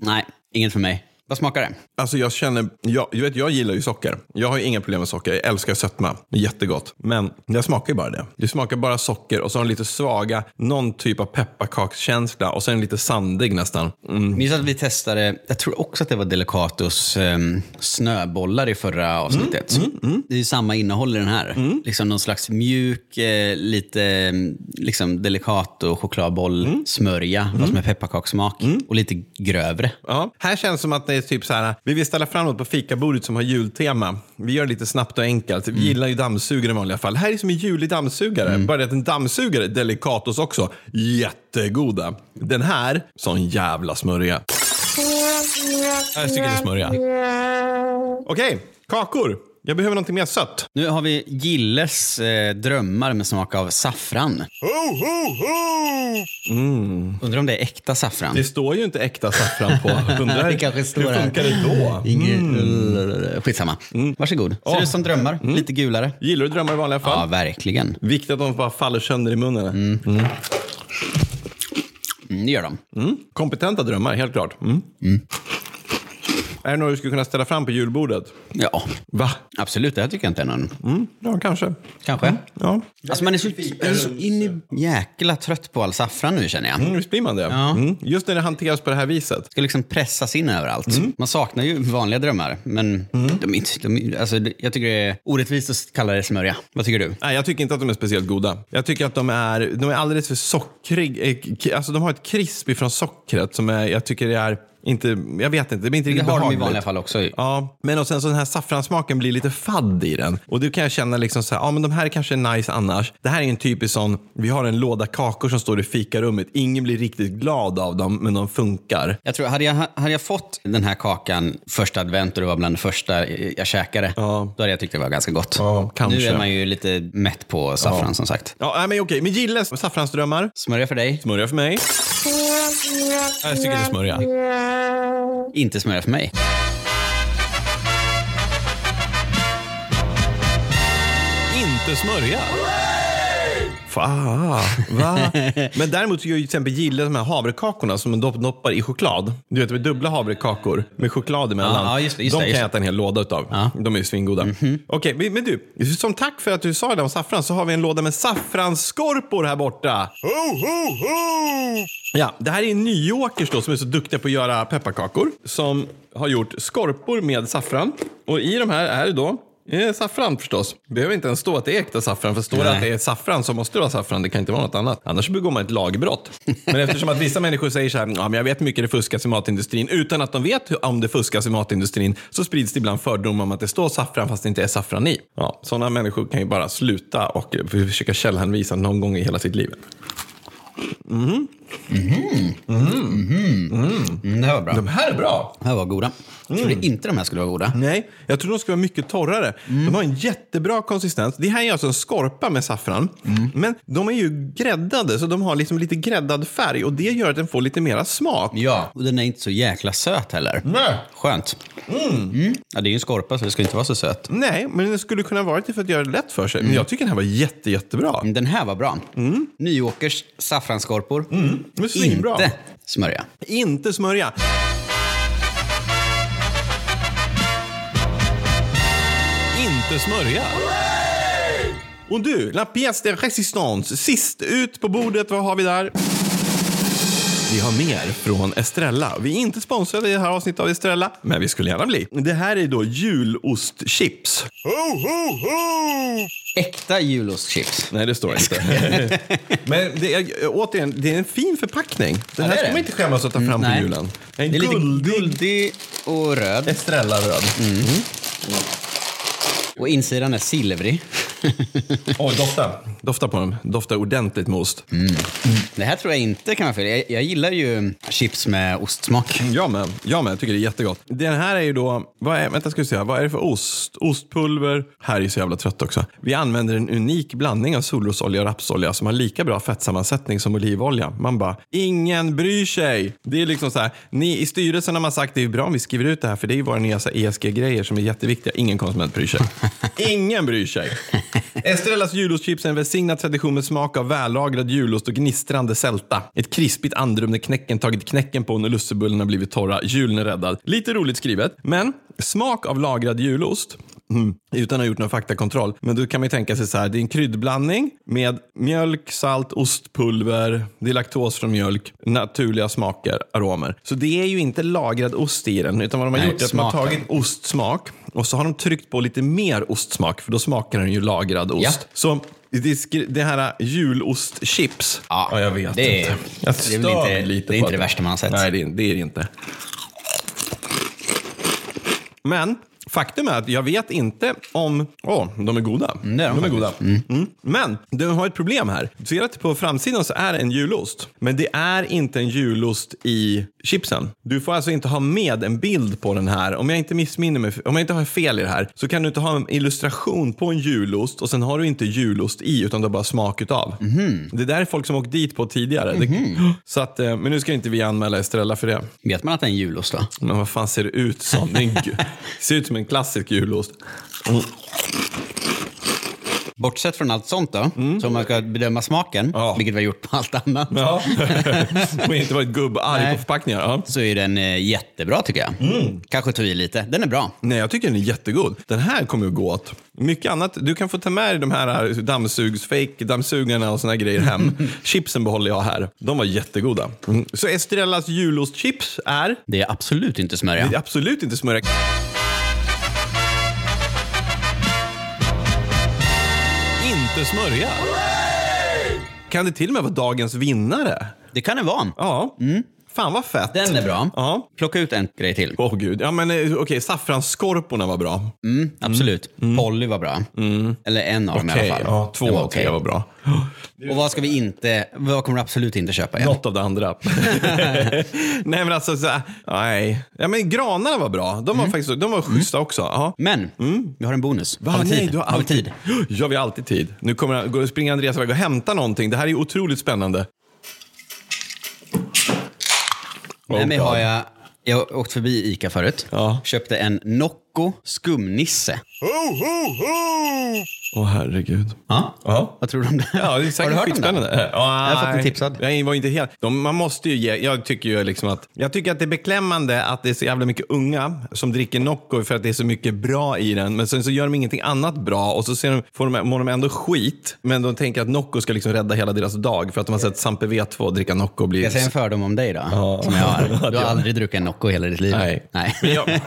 [SPEAKER 1] Nej, inget för mig. Vad smakar det?
[SPEAKER 2] Alltså jag känner, jag, jag, vet, jag gillar ju socker. Jag har ju inga problem med socker. Jag älskar sötma. Jättegott. Men det smakar ju bara det. Det smakar bara socker och så har den lite svaga, någon typ av pepparkakskänsla och sen är den lite sandig nästan. Mm.
[SPEAKER 1] Minns att vi testade, jag tror också att det var Delicatus ehm, snöbollar i förra avsnittet. Det är ju samma innehåll i den här. Liksom någon slags mjuk, eh, lite eh, liksom Delicato chokladboll, smörja, fast med pepparkakssmak. Och lite grövre.
[SPEAKER 2] Ja. Här känns det som att det är typ så här, vi vill ställa fram något på fikabordet som har jultema. Vi gör det lite snabbt och enkelt. Vi
[SPEAKER 1] Mm.
[SPEAKER 2] gillar ju dammsugare i vanliga fall. Här är som en julig dammsugare. Bara det att en dammsugare, Delicatos också, jättegoda. Den här, sån jävla smörja. Jag tycker smörja. Okej, kakor. Jag behöver någonting mer sött.
[SPEAKER 1] Nu har vi Gilles eh, drömmar med smak av saffran. Undrar om Mm. det är äkta saffran?
[SPEAKER 2] Det står ju inte äkta saffran på. Undrar,
[SPEAKER 1] Det kanske står
[SPEAKER 2] hur
[SPEAKER 1] här.
[SPEAKER 2] funkar det då?
[SPEAKER 1] Inget- Skitsamma. Varsågod. Ser ut som drömmar, lite gulare.
[SPEAKER 2] Gillar du drömmar i vanliga fall?
[SPEAKER 1] Mm. Ja, verkligen.
[SPEAKER 2] Viktigt att de bara faller sönder i munnen.
[SPEAKER 1] Mm, det gör de.
[SPEAKER 2] Kompetenta drömmar, helt klart. Mm. Är det något du skulle kunna ställa fram på julbordet?
[SPEAKER 1] Ja,
[SPEAKER 2] Va? Mm.
[SPEAKER 1] absolut. Det här tycker jag inte är någon...
[SPEAKER 2] Ja, kanske.
[SPEAKER 1] Kanske.
[SPEAKER 2] Ja,
[SPEAKER 1] Alltså man är så, man är så in i jäkla trött på all saffran nu känner jag.
[SPEAKER 2] mm, visst blir man det. Mm. Just när det hanteras på det här viset.
[SPEAKER 1] Ska liksom pressas in överallt.
[SPEAKER 2] Mm.
[SPEAKER 1] Man saknar ju vanliga drömmar, men de är inte, de, är- alltså, det- jag tycker det är orättvist att kalla det smörja. Vad tycker du?
[SPEAKER 2] Nej, jag tycker inte att de är speciellt goda. Jag tycker att de är, de är alldeles för sockriga. Alltså, de har ett krisp ifrån sockret som är, jag tycker det är inte, jag vet inte, det blir inte
[SPEAKER 1] Det
[SPEAKER 2] riktigt
[SPEAKER 1] har de i
[SPEAKER 2] behagligt.
[SPEAKER 1] vanliga fall också.
[SPEAKER 2] Ja, men och sen så den här saffransmaken blir lite fadd i den. Och då kan jag känna liksom så här, ja men de här kanske är nice annars. Det här är en typisk sån, vi har en låda kakor som står i fikarummet. Ingen blir riktigt glad av dem, men de funkar.
[SPEAKER 1] Jag tror, hade jag, hade jag fått den här kakan första advent och det var bland det första eh, jag käkade, då hade jag tyckt det var ganska gott.
[SPEAKER 2] Ja, kanske.
[SPEAKER 1] Nu är man ju lite mätt på saffran som sagt.
[SPEAKER 2] Ja, nej, men okej, men gilles saffransdrömmar.
[SPEAKER 1] Smörja för dig,
[SPEAKER 2] Smörja för mig. Jag tycker det är smörja.
[SPEAKER 1] inte smörja för mig.
[SPEAKER 2] Inte smörja. Fan, va? Men däremot så gör ju till exempel Gille de här havrekakorna som de doppar i choklad. Du vet, med dubbla havrekakor med choklad emellan.
[SPEAKER 1] Ja, ja, just det, just det,
[SPEAKER 2] de kan
[SPEAKER 1] just Mhm.
[SPEAKER 2] jag äta en hel låda utav. De är ju svingoda. Okej, men- men du, som tack för att du sa det om saffran så har vi en låda med saffransskorpor här borta. Ja, det här är Nyåkers då som är så duktiga på att göra pepparkakor. Som har gjort skorpor med saffran. Och i de här är det då Eh, Saffran förstås. Behöver inte ens stå att det är äkta saffran. För står det
[SPEAKER 1] Nej.
[SPEAKER 2] att det är saffran så måste det vara saffran. Det kan inte vara något annat. Annars begår man ett lagbrott. Men eftersom att vissa människor säger så här, ja men jag vet hur mycket det fuskas i matindustrin. Utan att de vet hur- om det fuskas i matindustrin så sprids det ibland fördomar om att det står saffran fast det inte är saffran i. Ja, sådana människor kan ju bara sluta och eh, försöka källhänvisa någon gång i hela sitt liv.
[SPEAKER 1] Mm, det här var bra.
[SPEAKER 2] De här är bra.
[SPEAKER 1] De här var goda. Jag trodde inte de här skulle vara goda.
[SPEAKER 2] Nej, jag tror de ska vara mycket torrare.
[SPEAKER 1] Mm.
[SPEAKER 2] De har en jättebra konsistens. Det här är alltså en skorpa med saffran.
[SPEAKER 1] Mm.
[SPEAKER 2] Men de är ju gräddade, så de har liksom lite gräddad färg och det gör att den får lite mera smak.
[SPEAKER 1] Ja. Och den är inte så jäkla söt heller.
[SPEAKER 2] Nej.
[SPEAKER 1] Skönt. Mm. Ja, det är ju en skorpa så det ska inte vara så söt.
[SPEAKER 2] Nej, men det skulle kunna vara det för att göra det lätt för sig. Men
[SPEAKER 1] Mm.
[SPEAKER 2] jag tycker den här var jätte, jättebra.
[SPEAKER 1] Men Den här var bra. Nyåkers saffransskorpor.
[SPEAKER 2] Den är svinbra.
[SPEAKER 1] Inte smörja.
[SPEAKER 2] Inte smörja. Inte smörja. Och du, La Pièce de Résistance. Sist ut på bordet, vad har vi där? Vi har mer från Estrella. Vi är inte sponsrade i det här avsnittet av Estrella, men vi skulle gärna bli. Det här är då julostchips.
[SPEAKER 1] Äkta julostchips.
[SPEAKER 2] Nej, det står inte. Men det är, återigen, det är en fin förpackning. Det här
[SPEAKER 1] det är
[SPEAKER 2] ska
[SPEAKER 1] det.
[SPEAKER 2] man inte skämmas att ta fram på
[SPEAKER 1] nej.
[SPEAKER 2] julen. En
[SPEAKER 1] Det är lite
[SPEAKER 2] guld-
[SPEAKER 1] guldig och röd. Mm.
[SPEAKER 2] Estrella-röd.
[SPEAKER 1] Och insidan är silvrig.
[SPEAKER 2] Oj, dofta. Dofta på dem. Dofta ordentligt med ost.
[SPEAKER 1] Det här tror jag inte kan vara fel. Jag, jag gillar ju chips med ostsmak.
[SPEAKER 2] Jag med. Jag med. Jag tycker det är jättegott. Den här är ju då... Vad är, vänta, ska vi se. här. Vad är det för ost? Ostpulver. Här är ju så jävla trött också. Vi använder en unik blandning av solrosolja och rapsolja som har lika bra fettsammansättning som olivolja. Man bara, ingen bryr sig. Det är liksom så här. Ni i styrelsen har man sagt det är bra om vi skriver ut det här för det är ju våra nya så här ESG-grejer som är jätteviktiga. Ingen konsument bryr sig. ingen bryr sig. Estrellas julostchips är en välsignad tradition med smak av vällagrad julost och gnistrande sälta. Ett krispigt andrum när knäcken tagit knäcken på när lussebullarna blivit torra. Julen är räddad. Lite roligt skrivet, men smak av lagrad julost. Mm. Utan att ha gjort någon faktakontroll. Men då kan man ju tänka sig så här, det är en kryddblandning med mjölk, salt, ostpulver, det är laktos från mjölk, naturliga smaker, aromer. Så det är ju inte lagrad ost i den, utan vad de har
[SPEAKER 1] Nej,
[SPEAKER 2] gjort är att man har
[SPEAKER 1] smaken.
[SPEAKER 2] tagit ostsmak och så har de tryckt på lite mer ostsmak för då smakar den ju lagrad ost.
[SPEAKER 1] Ja.
[SPEAKER 2] Så det, skri- det här äh, julostchips.
[SPEAKER 1] Ja, det är- det är
[SPEAKER 2] Jag
[SPEAKER 1] väl
[SPEAKER 2] stör
[SPEAKER 1] inte-
[SPEAKER 2] mig lite
[SPEAKER 1] det är
[SPEAKER 2] på
[SPEAKER 1] inte
[SPEAKER 2] att-
[SPEAKER 1] det värsta man har sett.
[SPEAKER 2] Nej, det är, det är det inte. Men faktum är att jag vet inte om... Åh, de är goda.
[SPEAKER 1] det är de
[SPEAKER 2] de är goda. Mm. Men den har ett problem här. Du ser att på framsidan så är det en julost. Men det är inte en julost i chipsen. Du får alltså inte ha med en bild på den här. Om jag inte missminner mig, om jag inte har fel i det här, så kan du inte ha en illustration på en julost och sen har du inte julost i utan du har bara smak utav.
[SPEAKER 1] Mhm.
[SPEAKER 2] Det där är folk som åkt dit på tidigare. Det, så att, eh, men nu ska inte vi anmäla Estrella för det.
[SPEAKER 1] Vet man att det är en julost då?
[SPEAKER 2] Men vad fan ser det ut som? Det är en gu- ser ut som en klassisk julost. Mm.
[SPEAKER 1] Bortsett från allt sånt då, så om man ska bedöma smaken,
[SPEAKER 2] Mm. Ja.
[SPEAKER 1] vilket vi har gjort på allt annat,
[SPEAKER 2] Ja. Och inte varit gubbarg på
[SPEAKER 1] Nej.
[SPEAKER 2] förpackningar. Ja.
[SPEAKER 1] så är den eh, jättebra tycker jag.
[SPEAKER 2] Mm.
[SPEAKER 1] Kanske tog i lite. Den är bra.
[SPEAKER 2] Nej, jag tycker den är jättegod. Den här kommer ju gå åt. Mycket annat. Du kan få ta med dig de här dammsugsfake dammsugarna och såna här grejer hem. Chipsen behåller jag här. De var jättegoda. Mm. Så Estrellas julostchips är
[SPEAKER 1] Det är absolut inte smörja.
[SPEAKER 2] Det är absolut inte smörja. Inte smörja. Kan det till och med vara dagens vinnare?
[SPEAKER 1] Det kan det vara.
[SPEAKER 2] Ja.
[SPEAKER 1] Mm.
[SPEAKER 2] Fan vad fett.
[SPEAKER 1] Den är bra.
[SPEAKER 2] Ja.
[SPEAKER 1] Plocka ut en grej till.
[SPEAKER 2] Åh gud. Ja men eh, okej, saffransskorporna var bra.
[SPEAKER 1] Absolut. Polly var bra. Eller en av dem i
[SPEAKER 2] Mm. Okej,
[SPEAKER 1] alla fall.
[SPEAKER 2] ja, två
[SPEAKER 1] Den
[SPEAKER 2] av
[SPEAKER 1] okej.
[SPEAKER 2] tre var bra.
[SPEAKER 1] Och vad ska vi inte, vad kommer du absolut inte köpa igen?
[SPEAKER 2] Något av det andra. nej men alltså, så, här, nej. Ja men granarna var bra. De var
[SPEAKER 1] Mm.
[SPEAKER 2] faktiskt de var schyssta också. Ja.
[SPEAKER 1] Men, vi har en bonus.
[SPEAKER 2] Mm. Va?
[SPEAKER 1] Har vi tid?
[SPEAKER 2] Nej, du har
[SPEAKER 1] vi
[SPEAKER 2] alltid
[SPEAKER 1] tid?
[SPEAKER 2] Ja, vi har alltid tid. Nu kommer jag, går- springer Andreas iväg och hämtar någonting. Det här är ju otroligt spännande. Oh
[SPEAKER 1] Nej, men
[SPEAKER 2] God.
[SPEAKER 1] har jag, jag har åkt förbi Ica förut.
[SPEAKER 2] Ja.
[SPEAKER 1] Köpte en Nocco skumnisse.
[SPEAKER 2] Åh herregud.
[SPEAKER 1] Ja.
[SPEAKER 2] Ja.
[SPEAKER 1] Vad tror du om det?
[SPEAKER 2] Ja, det är
[SPEAKER 1] Har
[SPEAKER 2] säkert
[SPEAKER 1] du hört om det?
[SPEAKER 2] skitspännande. Äh,
[SPEAKER 1] har fått den
[SPEAKER 2] nej.
[SPEAKER 1] tipsad.
[SPEAKER 2] Nej, det var inte helt. De, man måste ju ge, jag tycker ju liksom att, jag tycker att det är beklämmande att det är så jävla mycket unga som dricker Nocco för att det är så mycket bra i den. Men sen så gör de ingenting annat bra och så ser de, får de, mår de ändå skit. Men de tänker att Nocco ska liksom rädda hela deras dag för att de har sett Sampe V2 dricka Nocco och bli...
[SPEAKER 1] Jag säger en fördom om dig då, som jag har. Du har aldrig druckit en Nocco i hela ditt liv.
[SPEAKER 2] Nej. Men, jag,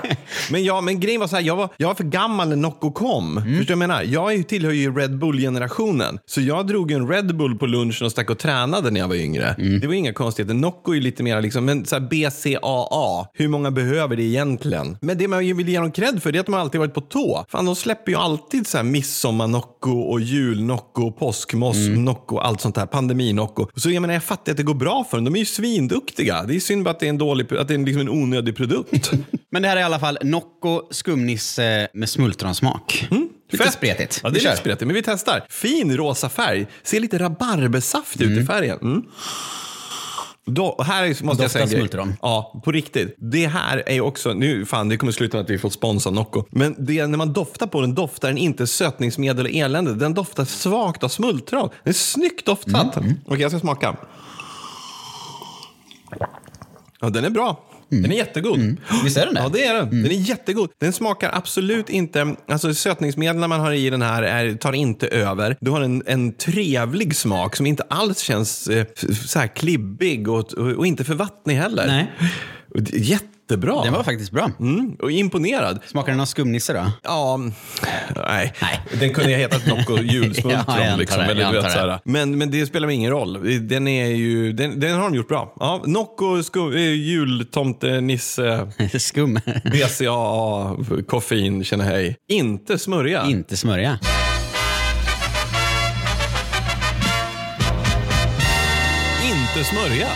[SPEAKER 2] men, jag, men grejen var så här, jag var, jag var för gammal när Nocco kom. Förstår du vad jag menar? Jag är ju- tillhör ju Red Bull-generationen. Så jag drog ju en Red Bull på lunchen och stack och tränade när jag var yngre. Det var ju inga konstigheter. Nocco är ju lite mer liksom, men så här BCAA. Hur många behöver det egentligen? Men det man ju vill ge dem cred för det är att de alltid varit på tå. Fan, de släpper ju alltid så här midsommar-Nocco och jul-Nocco, påskmoss, Nocco, allt sånt här. Pandemi-Nocco. Så jag menar, jag fattar att det går bra för dem. De är ju svinduktiga. Det är synd bara att det är en dålig, att det är liksom en onödig produkt.
[SPEAKER 1] Men det här är i alla fall Nocco skumnisse med smultronsmak. Lite
[SPEAKER 2] Mm. Fett.
[SPEAKER 1] spretigt.
[SPEAKER 2] Ja, det
[SPEAKER 1] Vi
[SPEAKER 2] är
[SPEAKER 1] kör.
[SPEAKER 2] lite spretigt, men vi testar. Fin rosa färg. Ser lite rabarbersaft ut i färgen. Mm. Då, och här är- måste jag
[SPEAKER 1] Doftar
[SPEAKER 2] säga en grej.
[SPEAKER 1] smultron.
[SPEAKER 2] Ja, på riktigt. Det här är ju också, nu fan det kommer sluta med att vi får sponsra Nocco. Men det, när man doftar på den doftar den inte sötningsmedel och elände. Den doftar svagt av smultron. Den är snyggt doftat.
[SPEAKER 1] Mm.
[SPEAKER 2] Okej, jag ska smaka. Ja, den är bra. Den är jättegod.
[SPEAKER 1] Mm. Visst är den det?
[SPEAKER 2] Ja, det är den.
[SPEAKER 1] Mm.
[SPEAKER 2] Den är jättegod. Den smakar absolut inte... Alltså sötningsmedlen man har i den här är, tar inte över. Du har en, en trevlig smak som inte alls känns eh, f- så här klibbig och, och, och inte för vattnig heller.
[SPEAKER 1] Nej.
[SPEAKER 2] Och det är Jättebra.
[SPEAKER 1] Den var faktiskt bra.
[SPEAKER 2] Mm, och imponerad.
[SPEAKER 1] Smakar den av skumnisse då?
[SPEAKER 2] Ja, nej. Den kunde ju ha hetat Nocco julsmultron.
[SPEAKER 1] Ja, jag antar
[SPEAKER 2] liksom,
[SPEAKER 1] det,
[SPEAKER 2] eller,
[SPEAKER 1] jag
[SPEAKER 2] du
[SPEAKER 1] antar
[SPEAKER 2] vet,
[SPEAKER 1] det.
[SPEAKER 2] såhär. men, men det spelar ingen roll. Den, är ju, den, den har de gjort bra. Ja, Nocco, sko, eh, jultomte, Nisse.
[SPEAKER 1] Skum.
[SPEAKER 2] BCAA, koffein, känner hej. Inte smörja.
[SPEAKER 1] Inte smörja.
[SPEAKER 2] Inte smörja.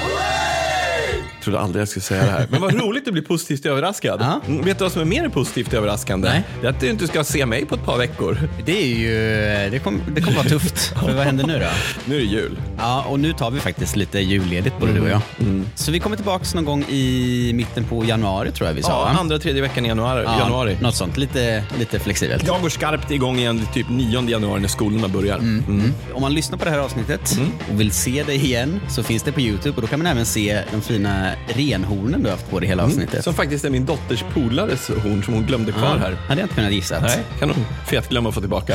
[SPEAKER 2] Jag trodde aldrig jag skulle säga det här. Men vad roligt att bli positivt överraskad.
[SPEAKER 1] Ja.
[SPEAKER 2] Mm, Vet du vad som är mer positivt överraskande?
[SPEAKER 1] Nej.
[SPEAKER 2] Det är att du inte ska se mig på ett par veckor.
[SPEAKER 1] Det är ju... Det kommer det kommer vara tufft. För vad händer nu då?
[SPEAKER 2] Nu är det jul.
[SPEAKER 1] Ja, och nu tar vi faktiskt lite julledigt både du och jag.
[SPEAKER 2] Mm.
[SPEAKER 1] Så vi kommer tillbaka någon gång i mitten på januari tror jag vi sa.
[SPEAKER 2] Ja,
[SPEAKER 1] va?
[SPEAKER 2] andra, tredje veckan i januari.
[SPEAKER 1] Ja,
[SPEAKER 2] januari.
[SPEAKER 1] Något sånt. Lite, lite flexibelt.
[SPEAKER 2] Jag går skarpt igång igen typ 9 januari när skolorna börjar.
[SPEAKER 1] Mm.
[SPEAKER 2] Mm.
[SPEAKER 1] Om man lyssnar på det här avsnittet och vill se det igen så finns det på Youtube och då kan man även se de fina renhornen du har haft på det
[SPEAKER 2] Mm.
[SPEAKER 1] hela avsnittet.
[SPEAKER 2] Som faktiskt är min dotters polares horn som hon glömde kvar
[SPEAKER 1] Ja,
[SPEAKER 2] här.
[SPEAKER 1] Hade jag inte kunnat gissa.
[SPEAKER 2] Nej, kan hon fetglömma att få tillbaka.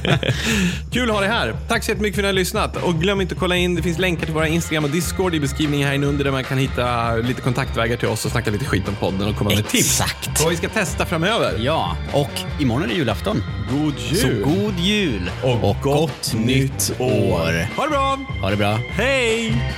[SPEAKER 2] Kul att ha dig här. Tack så jättemycket för att ni har lyssnat. Och glöm inte att kolla in, det finns länkar till våra Instagram och Discord i beskrivningen här inne under där man kan hitta lite kontaktvägar till oss och snacka lite skit om podden och komma med tips.
[SPEAKER 1] Exakt.
[SPEAKER 2] Vad vi ska testa framöver.
[SPEAKER 1] Ja, och imorgon är det julafton.
[SPEAKER 2] God jul!
[SPEAKER 1] Så god jul
[SPEAKER 2] och, gott nytt år. Ha det bra!
[SPEAKER 1] Ha det bra.
[SPEAKER 2] Hej!